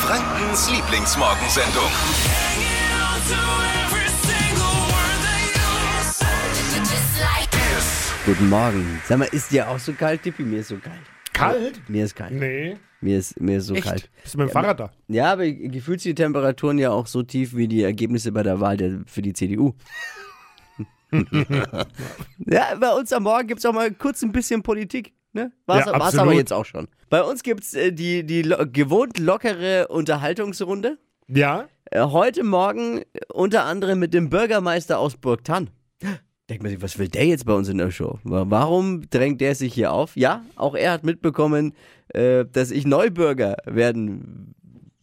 Frankens Lieblingsmorgensendung. Guten Morgen. Sag mal, ist dir auch so kalt, Tippi? Mir ist so kalt. Kalt? Mir ist kalt. Nee. Mir ist, mir ist so Echt? kalt. Bist du mit dem Fahrrad da? Ja, aber gefühlt sind die Temperaturen ja auch so tief wie die Ergebnisse bei der Wahl der, für die CDU. ja, bei uns am Morgen gibt es auch mal kurz ein bisschen Politik. Ne? War's, Ja, war's absolut. aber jetzt auch schon. Bei uns gibt es äh, die, die lo gewohnt lockere Unterhaltungsrunde. Ja? Äh, heute Morgen äh, unter anderem mit dem Bürgermeister aus Burgtann. Denkt man sich, was will der jetzt bei uns in der Show? Wa- Warum drängt der sich hier auf? Ja, auch er hat mitbekommen, äh, dass ich Neubürger werden,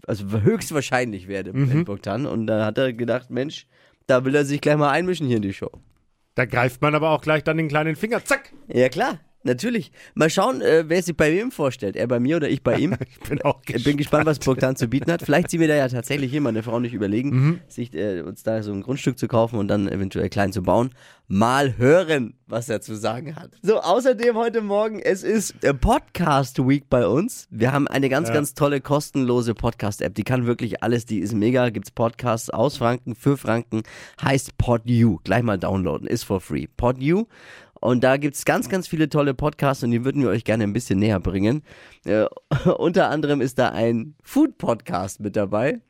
also höchstwahrscheinlich werde Mhm. in Burgtann. Und da hat er gedacht, Mensch, da will er sich gleich mal einmischen hier in die Show. Da greift man aber auch gleich dann den kleinen Finger. Zack! Ja klar, natürlich. Mal schauen, äh, wer sich bei wem vorstellt. Er bei mir oder ich bei ihm. Ich bin auch Ich bin gespannt. gespannt, was Burgtan zu bieten hat. Vielleicht ziehen wir da ja tatsächlich hin, meine Frau nicht überlegen, sich äh, uns da so ein Grundstück zu kaufen und dann eventuell klein zu bauen. Mal hören, was er zu sagen hat. So, außerdem heute Morgen, es ist äh, Podcast Week bei uns. Wir haben eine ganz, Ja. ganz tolle kostenlose Podcast-App. Die kann wirklich alles, die ist mega. Gibt's Podcasts aus Franken, für Franken. Heißt PodU. Gleich mal downloaden, ist for free. PodU. Und da gibt's ganz, ganz viele tolle Podcasts und die würden wir euch gerne ein bisschen näher bringen. Äh, unter anderem ist da ein Food-Podcast mit dabei.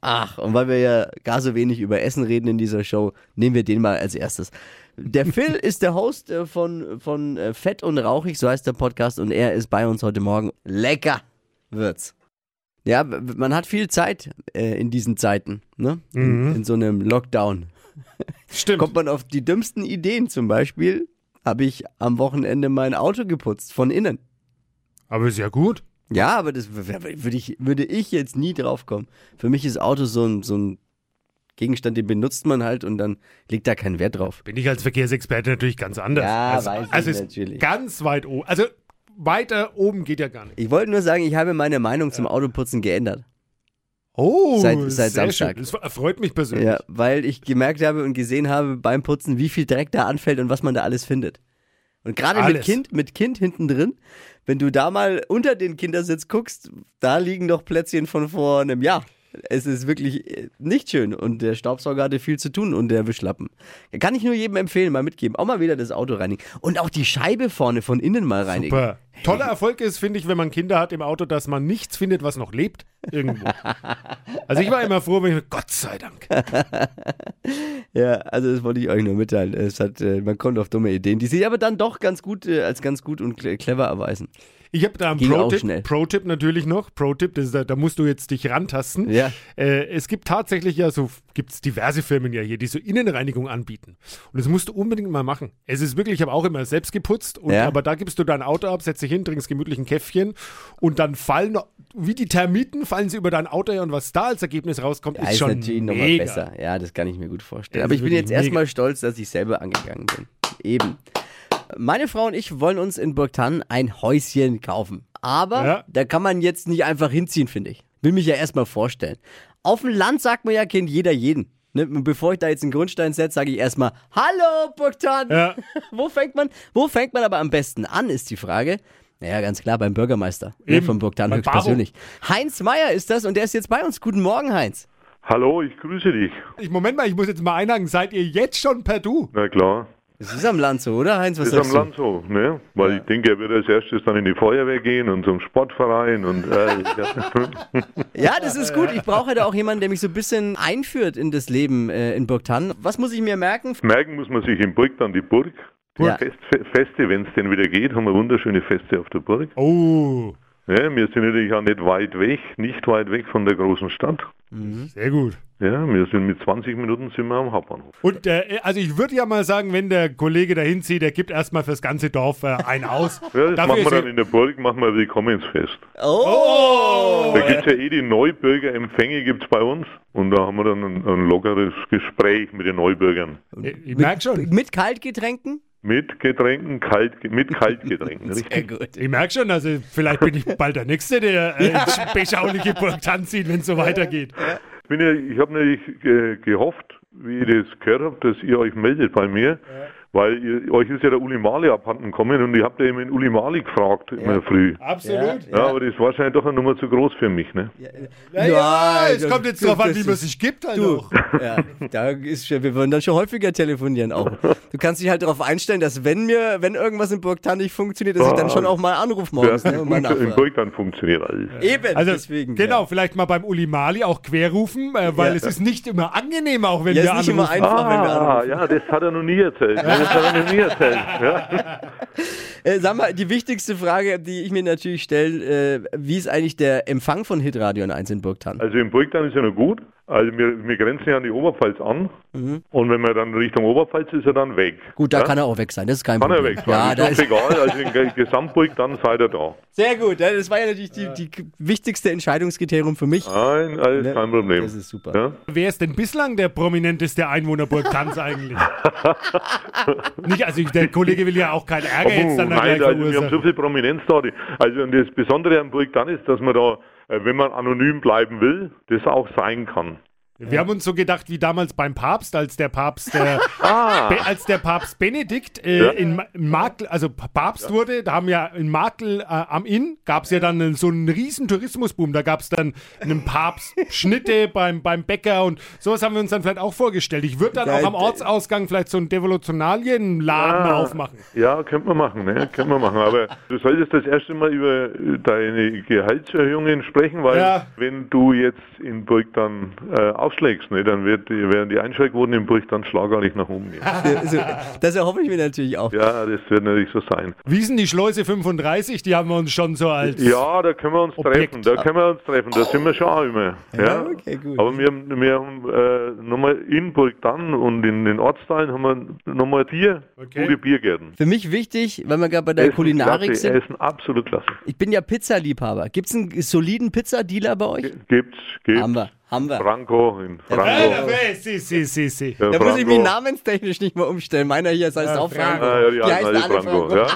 Ach, und weil wir ja gar so wenig über Essen reden in dieser Show, nehmen wir den mal als erstes. Der Phil ist der Host äh, von, von äh, Fett und Rauchig, so heißt der Podcast, und er ist bei uns heute Morgen. Lecker wird's. Ja, w- w- man hat viel Zeit äh, in diesen Zeiten, ne? In, in so einem Lockdown Stimmt. kommt man auf die dümmsten Ideen. Zum Beispiel habe ich am Wochenende mein Auto geputzt von innen. Aber ist ja gut. Ja, aber das w- w- würde ich, würde ich jetzt nie drauf kommen. Für mich ist Auto so ein, so ein Gegenstand, den benutzt man halt und dann liegt da kein Wert drauf. Bin ich als Verkehrsexperte natürlich ganz anders. Ja, also, weiß ich also ist natürlich. Ganz weit oben. Also weiter oben geht ja gar nicht. Ich wollte nur sagen, ich habe meine Meinung zum Autoputzen geändert. Oh, Seit- seit sehr Samstag. Schön. Das erfreut mich persönlich. Ja, weil ich gemerkt habe und gesehen habe beim Putzen, wie viel Dreck da anfällt und was man da alles findet. Und gerade mit Alles. Kind, mit Kind hinten drin, wenn du da mal unter den Kindersitz guckst, da liegen doch Plätzchen von vor einem Jahr. Es ist wirklich äh, nicht schön und der Staubsauger hatte viel zu tun und der Wischlappen. Kann ich nur jedem empfehlen, mal mitgeben. Auch mal wieder das Auto reinigen und auch die Scheibe vorne von innen mal reinigen. Super. Toller Erfolg ist, finde ich, wenn man Kinder hat im Auto, dass man nichts findet, was noch lebt. Irgendwo. also ich war immer froh, wenn ich Gott sei Dank. Ja, also das wollte ich euch nur mitteilen. Es hat, äh, man kommt auf dumme Ideen, die sich aber dann doch ganz gut äh, als ganz gut und cle- clever erweisen. Ich habe da einen Ging auch schnell. Pro-Tipp. Pro-Tipp natürlich noch. Pro-Tipp, das ist da, da musst du jetzt dich rantasten. Ja. Äh, es gibt tatsächlich ja so, gibt es diverse Firmen ja hier, die so Innenreinigung anbieten. Und das musst du unbedingt mal machen. Es ist wirklich, ich habe auch immer selbst geputzt. Und, Ja. Aber da gibst du dein Auto ab, setzt dich hin, trinkst gemütlich ein Käffchen und dann fallen, wie die Termiten, fallen sie über dein Auto her. Und was da als Ergebnis rauskommt, Ja, ist, schon natürlich mega. nochmal besser. Ja, das kann ich mir gut vorstellen. Das Aber ist ich bin jetzt wirklich erstmal mega. stolz, dass ich selber angegangen bin. Eben. Meine Frau und ich wollen uns in Burgtann ein Häuschen kaufen. Aber Ja. da kann man jetzt nicht einfach hinziehen, finde ich. Will mich ja erstmal vorstellen. Auf dem Land sagt man ja, kennt jeder jeden. Ne? Und Bevor ich da jetzt einen Grundstein setze, sage ich erstmal, hallo Burgtann. Ja. Wo fängt man? Wo fängt man aber am besten an, ist die Frage. Naja, ganz klar, beim Bürgermeister ne, Eben. von Burgtann Bei höchstpersönlich. Heinz Meier ist das und der ist jetzt bei uns. Guten Morgen, Heinz. Hallo, ich grüße dich. Ich, Moment mal, ich muss jetzt mal einhaken. Seid ihr jetzt schon per Du? Na klar, Das ist am Land so, oder Heinz? Was ist am sagst Land so, ne? Weil ich denke, er wird als erstes dann in die Feuerwehr gehen und zum Sportverein und äh, ja. Du? Ja, das ist gut. Ich brauche da auch jemanden, der mich so ein bisschen einführt in das Leben äh, in Burgtann. Was muss ich mir merken? merken muss man sich in Burg dann die Burg. Die Ja. Fest, Fe- Feste, wenn es denn wieder geht, haben wir wunderschöne Feste auf der Burg. Oh, Ja, wir sind natürlich auch nicht weit weg, nicht weit weg von der großen Stadt. sehr gut. Ja, wir sind mit 20 Minuten sind wir am Hauptbahnhof. Und äh, also ich würde ja mal sagen, wenn der Kollege da hinzieht, der gibt erstmal fürs ganze Dorf äh, einen aus. Ja, Dafür das machen wir ist dann er- in der Burg, machen wir Willkommensfest. Oh! Da gibt es ja eh die Neubürgerempfänge gibt's bei uns und da haben wir dann ein, ein lockeres Gespräch mit den Neubürgern. ich ich merke schon, Mit Kaltgetränken? Mit Getränken, kalt, mit Kaltgetränken, richtig? gut. ich merke schon, also vielleicht bin ich bald der Nächste, der äh, ins beschauliche Burg tanzieht, wenn es so weitergeht. Ich, bin ja, ich habe natürlich äh, gehofft, wie ich das gehört habe, dass ihr euch meldet bei mir, Weil ihr, euch ist ja der Uli Mali abhanden gekommen und ich habe da eben den Uli Mali gefragt immer früh. Absolut. Ja, aber das ist wahrscheinlich doch eine Nummer zu groß für mich, ne? Ah, Ja, Ja, es das- kommt jetzt du, drauf an, das wie man ist- sich gibt halt Du, auch. ja, da ist, schon- wir würden dann schon häufiger telefonieren auch. Du kannst dich halt darauf einstellen, dass wenn mir, wenn irgendwas in Burgtan nicht funktioniert, dass ich dann Oh. schon auch mal anrufe morgens. Ja, ne, und mal in nachfrage. Burgland funktioniert alles. Eben, Also, deswegen. genau, Ja. vielleicht mal beim Uli Mali auch querrufen, äh, weil Ja. es ist nicht immer angenehm, auch wenn Ja, wir ist nicht immer anrufen. einfach, wenn wir anrufen. Ah, ja, das hat er noch nie erzählt. Ja, Das hat er noch nie erzählt. Ja. Äh, sag mal, die wichtigste Frage, die ich mir natürlich stelle, äh, wie ist eigentlich der Empfang von Hitradio in 1 in Burgtan? Also im Burgtal ist ja noch gut. Also wir, wir grenzen ja an die Oberpfalz an. Und wenn man dann Richtung Oberpfalz ist, er dann weg. Gut, da ja? kann er auch weg sein, das ist kein Kann er Problem. weg. ja, Ja, da das ist ist, doch egal. Also in Gesamtburg, dann seid ihr da. sehr gut, ja, das war ja natürlich die, die wichtigste Entscheidungskriterium für mich. Nein, alles Ne? kein Problem. Das ist super. Ja? Wer ist denn bislang der prominenteste Einwohner Burgtanz eigentlich? nicht, also der Kollege will ja auch keinen Ärger Oh, jetzt dann da gleich nein, also wir haben so verursachen. viel Prominenz da. Die- Also und das Besondere an Burg dann ist, dass man da, äh, wenn man anonym bleiben will, das auch sein kann. Wir haben uns so gedacht, wie damals beim Papst, als der Papst, äh, Be- als der Papst Benedikt äh, Ah. Ja. in Ma- Makel, also P- Papst wurde, da haben ja in Makel äh, am Inn gab es ja dann einen- so einen riesen Tourismusboom. Da gab es dann einen Papst Schnitte beim, beim Bäcker und sowas haben wir uns dann vielleicht auch vorgestellt. Ich würde dann Geil. auch am Ortsausgang vielleicht so einen Devolutionalienladen Ah. aufmachen. Ja, könnte man machen, ne? Könnte man machen. Aber du solltest das erste Mal über äh, deine Gehaltserhöhungen sprechen, weil Ja. wenn du jetzt in Burg dann äh, aufschlägst, ne, dann wird, werden die Einschaltquoten in Burg dann schlagartig nach oben gehen. Also, das erhoffe ich mir natürlich auch. Ja, das wird natürlich so sein. Wiesen die Schleuse 35, die haben wir uns schon so als. Ja, da können wir uns Objekt. treffen, da können wir uns treffen, da sind wir schon auch immer. Ja, okay, gut. Aber wir, haben- wir haben äh, nochmal in Burg dann und in den Ortsteilen haben wir nochmal vier Okay. gute Biergärten. Für mich wichtig, weil wir gerade bei der Essen Kulinarik klasse, sind, Essen absolut klasse. ich bin ja Pizzaliebhaber. Gibt es einen soliden Pizzadealer bei euch? Gibt's, gibt's. Haben wir, haben wir. Franco in Alter, Franco. weh, si, si, si, si. Ja, Da muss ich Franco. mich namenstechnisch nicht mehr umstellen. Meiner hier heißt auch Franco. Franco. Ah, ja, die, Die heißen heißen alle alle Franco. Franco. Ja?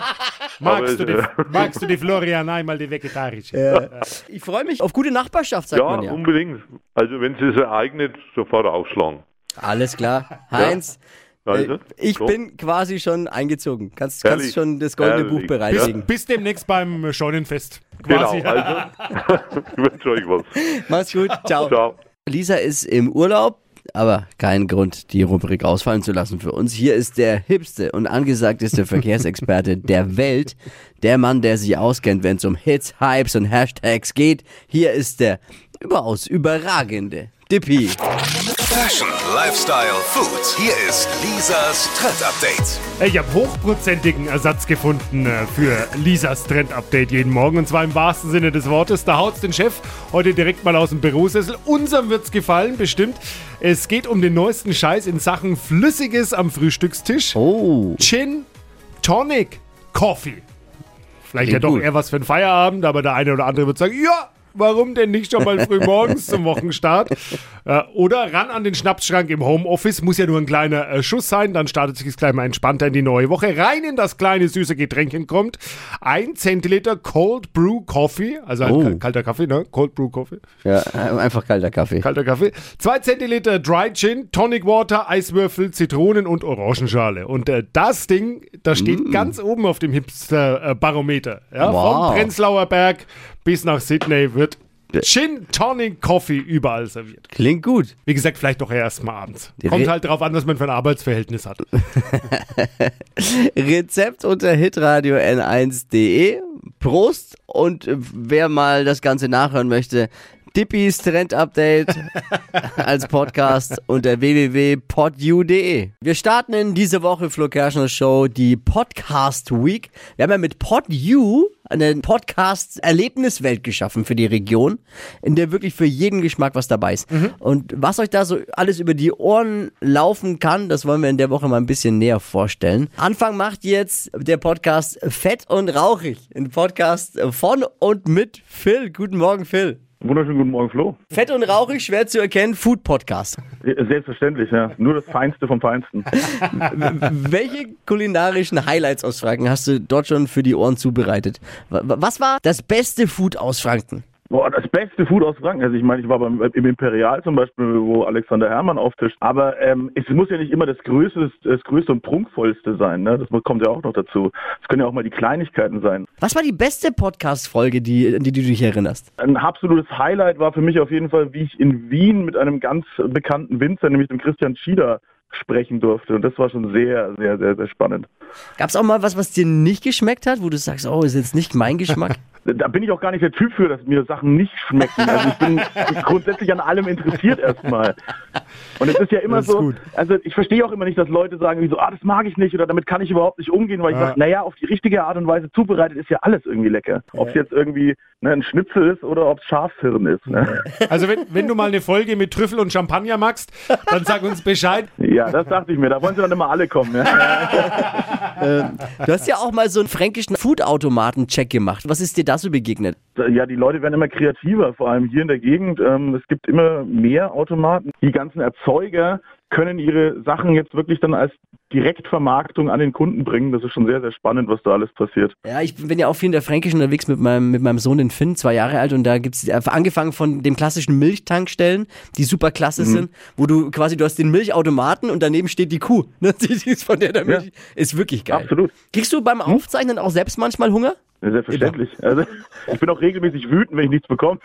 Magst du, Aber- die, magst du die Florian einmal die vegetarische? Ich freue mich auf gute Nachbarschaft, sagt Ja, man ja. unbedingt. Also wenn sie es ereignet, sofort aufschlagen. Alles klar. Heinz, Also, äh, ich so. bin quasi schon eingezogen. Kannst, Herrlich. kannst schon das goldene Herrlich. Buch Bis, bereinigen. bis demnächst beim Scheunenfest. Genau, Quasi. also ich wünsche euch was. Mach's gut. Ciao. Ciao. Lisa ist im Urlaub, aber kein Grund, die Rubrik ausfallen zu lassen für uns. Hier ist der hipste und angesagteste Verkehrsexperte der Welt, der Mann, der sich auskennt, wenn es um Hits, Hypes und Hashtags geht. Hier ist der überaus überragende Dippi. Fashion, Lifestyle, Food. Hier ist Lisas Trend Update. Ich habe hochprozentigen Ersatz gefunden äh, für Lisas Trend-Update jeden Morgen. Und zwar im wahrsten Sinne des Wortes. Da haut's den Chef heute direkt mal aus dem Bürosessel. Unserem wird's gefallen, bestimmt. Es geht um den neuesten Scheiß in Sachen Flüssiges am Frühstückstisch. Oh, Gin, Tonic, Coffee. Vielleicht ja Klingt doch gut. eher was für einen Feierabend, aber der eine oder andere wird sagen, ja, warum denn nicht schon mal früh morgens zum Wochenstart? Äh, oder ran an den Schnapsschrank im Homeoffice, muss ja nur ein kleiner äh, Schuss sein, dann startet sich das gleich mal entspannter in die neue Woche. Rein in das kleine süße Getränkchen kommt ein Zentiliter Cold Brew Coffee, also ein Oh. ka- kalter Kaffee, ne? Cold Brew Coffee. ja, einfach kalter Kaffee. Kalter Kaffee. Zwei Zentiliter Dry Gin, Tonic Water, Eiswürfel, Zitronen und Orangenschale. Und äh, das Ding, das Mm. steht ganz oben auf dem Hipster-Barometer. Ja, Wow. Vom Prenzlauer Berg bis nach Sydney wird Gin, Tonic, Coffee überall serviert. Klingt gut. Wie gesagt, vielleicht doch erstmal abends. Die Kommt Re- halt drauf an, was man für ein Arbeitsverhältnis hat. Rezept unter hitradio n1.de. Prost und äh, wer mal das Ganze nachhören möchte, Dippis Trend Update als Podcast unter www.podu.de. Wir starten in diese Woche Flo Kerschner Show die Podcast Week. Wir haben ja mit PodU eine Podcast-Erlebniswelt geschaffen für die Region, in der wirklich für jeden Geschmack was dabei ist. Und was euch da so alles über die Ohren laufen kann, das wollen wir in der Woche mal ein bisschen näher vorstellen. Anfang macht jetzt der Podcast Fett und Rauchig. Ein Podcast von und mit Phil. Guten Morgen, Phil. Wunderschönen guten Morgen, Flo. Fett und Rauchig, schwer zu erkennen, Food-Podcast. Selbstverständlich, ja. Nur das Feinste vom Feinsten. Welche kulinarischen Highlights aus Franken hast du dort schon für die Ohren zubereitet? Wa- wa- Was war das beste Food aus Franken? Boah, das beste Food aus Franken. Also ich meine, ich war beim, im Imperial zum Beispiel, wo Alexander Herrmann auftischt. Aber ähm, es muss ja nicht immer das Größte, das Größte und Prunkvollste sein. Ne? Das kommt ja auch noch dazu. Es können ja auch mal die Kleinigkeiten sein. Was war die beste Podcast-Folge, die, an die du dich erinnerst? Ein absolutes Highlight war für mich auf jeden Fall, wie ich in Wien mit einem ganz bekannten Winzer, nämlich dem Christian Schieder, sprechen durfte. Und das war schon sehr, sehr, sehr, sehr spannend. Gab es auch mal was, was dir nicht geschmeckt hat, wo du sagst, oh, ist jetzt nicht mein Geschmack? Da bin ich auch gar nicht der Typ für, dass mir Sachen nicht schmecken. Also ich bin grundsätzlich an allem interessiert erstmal. Und es ist ja immer Das ist so, gut. also ich verstehe auch immer nicht, dass Leute sagen, wie so, ah, das mag ich nicht oder damit kann ich überhaupt nicht umgehen, weil ich Ja. sage, naja, auf die richtige Art und Weise zubereitet ist ja alles irgendwie lecker. Ob es jetzt irgendwie ne, ein Schnitzel ist oder ob es Schafshirn ist. Ne? Also wenn, wenn du mal eine Folge mit Trüffel und Champagner magst, dann sag uns Bescheid. Ja, das dachte ich mir. Da wollen sie dann immer alle kommen. Ja. Du hast ja auch mal so einen fränkischen Food-Automaten-Check gemacht. Was ist dir da so begegnet? ja, die Leute werden immer kreativer, vor allem hier in der Gegend. Ähm, es gibt immer mehr Automaten. Die ganzen Erzeuger können ihre Sachen jetzt wirklich dann als Direktvermarktung an den Kunden bringen. Das ist schon sehr, sehr spannend, was da alles passiert. Ja, ich bin ja auch viel in der Fränkischen unterwegs mit meinem, mit meinem Sohn, den Finn, zwei Jahre alt. Und da gibt's die- angefangen von dem klassischen Milchtankstellen, die super klasse Mhm. sind, wo du quasi, du hast den Milchautomaten und daneben steht die Kuh. Ne? Die, die ist von der der Ja. Milch. Ist wirklich geil. Absolut. Mhm. Kriegst du beim Aufzeichnen auch selbst manchmal Hunger? Ja, Selbstverständlich. Also, ich bin auch regelmäßig wütend, wenn ich nichts bekomme.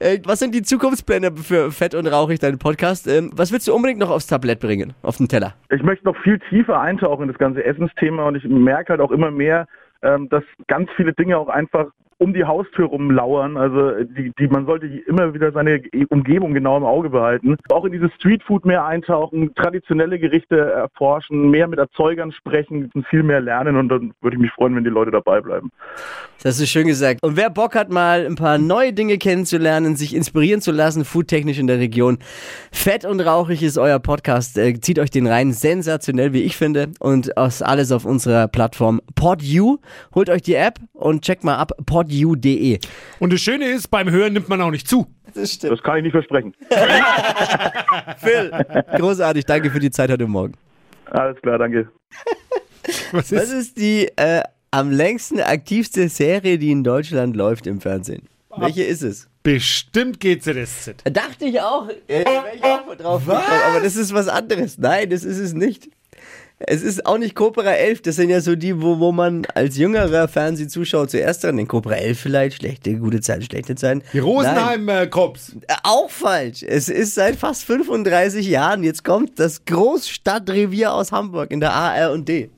Äh, was sind die Zukunftspläne für Fett und Rauchig, deinen Podcast? Ähm, was willst du unbedingt noch aufs Tablett bringen, auf den Teller? ich möchte noch viel tiefer eintauchen in das ganze Essensthema und ich merke halt auch immer mehr, ähm, dass ganz viele Dinge auch einfach um die Haustür rumlauern. Also äh, die, die, man sollte immer wieder seine Umgebung genau im Auge behalten. Auch in dieses Streetfood mehr eintauchen, traditionelle Gerichte erforschen, mehr mit Erzeugern sprechen, viel mehr lernen und dann würde ich mich freuen, wenn die Leute dabei bleiben. Das ist schön gesagt. Und wer Bock hat, mal ein paar neue Dinge kennenzulernen, sich inspirieren zu lassen, foodtechnisch in der Region. Fett und rauchig ist euer Podcast. Äh, zieht euch den rein. Sensationell, wie ich finde. Und aus alles auf unserer Plattform PodU. Holt euch die App und checkt mal ab podu.de. Und das Schöne ist, beim Hören nimmt man auch nicht zu. Das kann ich nicht versprechen. Phil, großartig. Danke für die Zeit heute Morgen. Alles klar, danke. Was Das ist? ist die äh, am längsten aktivste Serie, die in Deutschland läuft im Fernsehen. Welche ist es? Bestimmt GZSZ. Dachte ich auch. Äh, wär ich auch drauf gekommen, aber das ist was anderes. Nein, das ist es nicht. Es ist auch nicht Cobra 11. Das sind ja so die, wo, wo man als jüngerer Fernsehzuschauer zuerst dran den Cobra 11 vielleicht. Schlechte, gute Zeiten, schlechte Zeiten. Die Nein, Rosenheim-Cops. äh, auch falsch. Es ist seit fast 35 Jahren. Jetzt kommt das Großstadtrevier aus Hamburg in der ARD.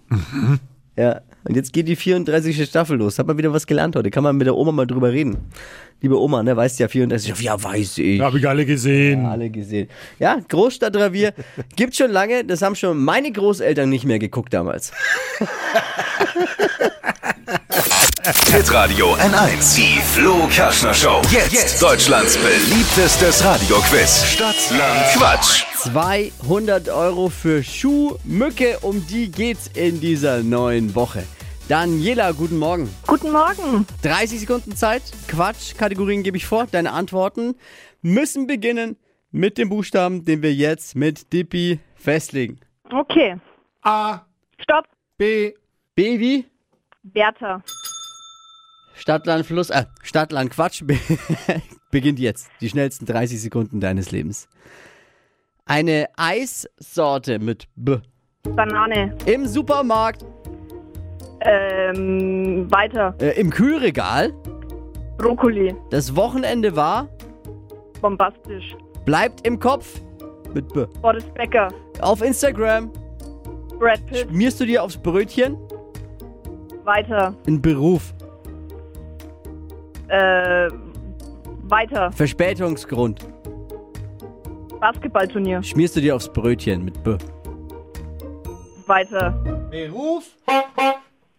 Ja. Und jetzt geht die 34. Staffel los. Hat man wieder was gelernt heute. Kann man mit der Oma mal drüber reden. Liebe Oma, ne, weißt ja 34. Ja, weiß ich. Hab ich alle gesehen. Alle gesehen. Ja, Großstadtravier gibt's schon lange. Das haben schon meine Großeltern nicht mehr geguckt damals. Hitradio N1. Die Flo Kaschner Show. Jetzt, Deutschlands beliebtestes Radioquiz. Stadt, Land, Quatsch. 200 Euro für Schuhmücke, um die geht's in dieser neuen Woche. Daniela, guten Morgen. Guten Morgen. 30 Sekunden Zeit. Quatsch, Kategorien gebe ich vor. Deine Antworten müssen beginnen mit dem Buchstaben, den wir jetzt mit Dippi festlegen. Okay. A, Stopp. B, Baby, Bertha. Stadtland Fluss, äh, Stadtland Quatsch be beginnt jetzt. Die schnellsten 30 Sekunden deines Lebens. Eine Eissorte mit B. Banane. Im Supermarkt, Ähm, weiter. äh, im Kühlregal. Brokkoli. Das Wochenende war, Bombastisch. bleibt im Kopf mit B. Boris Becker. Auf Instagram Brad Pitt. schmierst du dir aufs Brötchen Weiter. einen Beruf. Äh, weiter. Verspätungsgrund Basketballturnier. schmierst du dir aufs Brötchen mit B. Weiter. Beruf.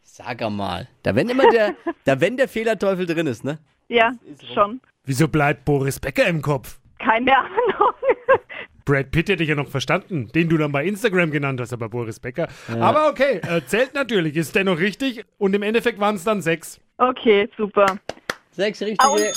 Sag mal. Da wenn immer der, da wenn der Fehlerteufel drin ist, ne? Ja, schon. Wieso bleibt Boris Becker im Kopf? Keine Ahnung. Brad Pitt hätte ich ja noch verstanden, den du dann bei Instagram genannt hast, aber Boris Becker. Aber okay, äh, zählt natürlich, ist dennoch richtig. Und im Endeffekt waren es dann sechs. Okay, super. Sechs Ah, und- richtige.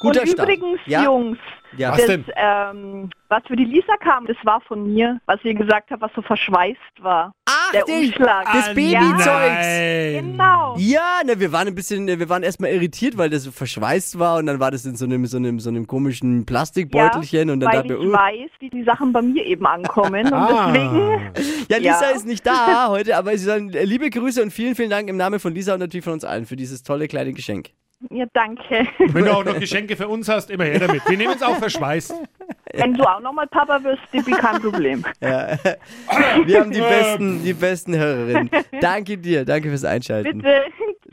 Guter Und Start. übrigens, ja? Jungs, Ja. Was das, denn? Ähm, was für die Lisa kam, das war von mir, was ihr gesagt habt, was so verschweißt war. Ah! Der dich, Umschlag. das Ah, Babyzeugs. nein. Genau. Ja, ne, wir waren ein bisschen, wir waren erstmal irritiert, weil das so verschweißt war und dann war das in so einem, so einem, so einem komischen Plastikbeutelchen ja, und dann Ah. weil dachten ich wir, oh, weiß, wie die Sachen bei mir eben ankommen und deswegen ja, Lisa ja. ist nicht da heute, aber sie sagen, äh, liebe Grüße und vielen, vielen Dank im Namen von Lisa und natürlich von uns allen für dieses tolle kleine Geschenk. Ja, danke. Wenn du auch noch Geschenke für uns hast, immer her damit. Wir nehmen es auch verschweißt. Wenn du auch nochmal Papa wirst, Dippi, kein Problem. Wir haben die besten, die besten Hörerinnen. Danke dir, danke fürs Einschalten. Bitte.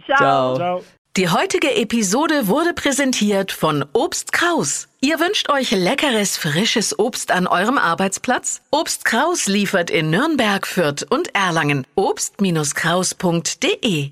Ciao. Ciao. Die heutige Episode wurde präsentiert von Obst Kraus. Ihr wünscht euch leckeres, frisches Obst an eurem Arbeitsplatz? Obst Kraus liefert in Nürnberg, Fürth und Erlangen. Obst-Kraus.de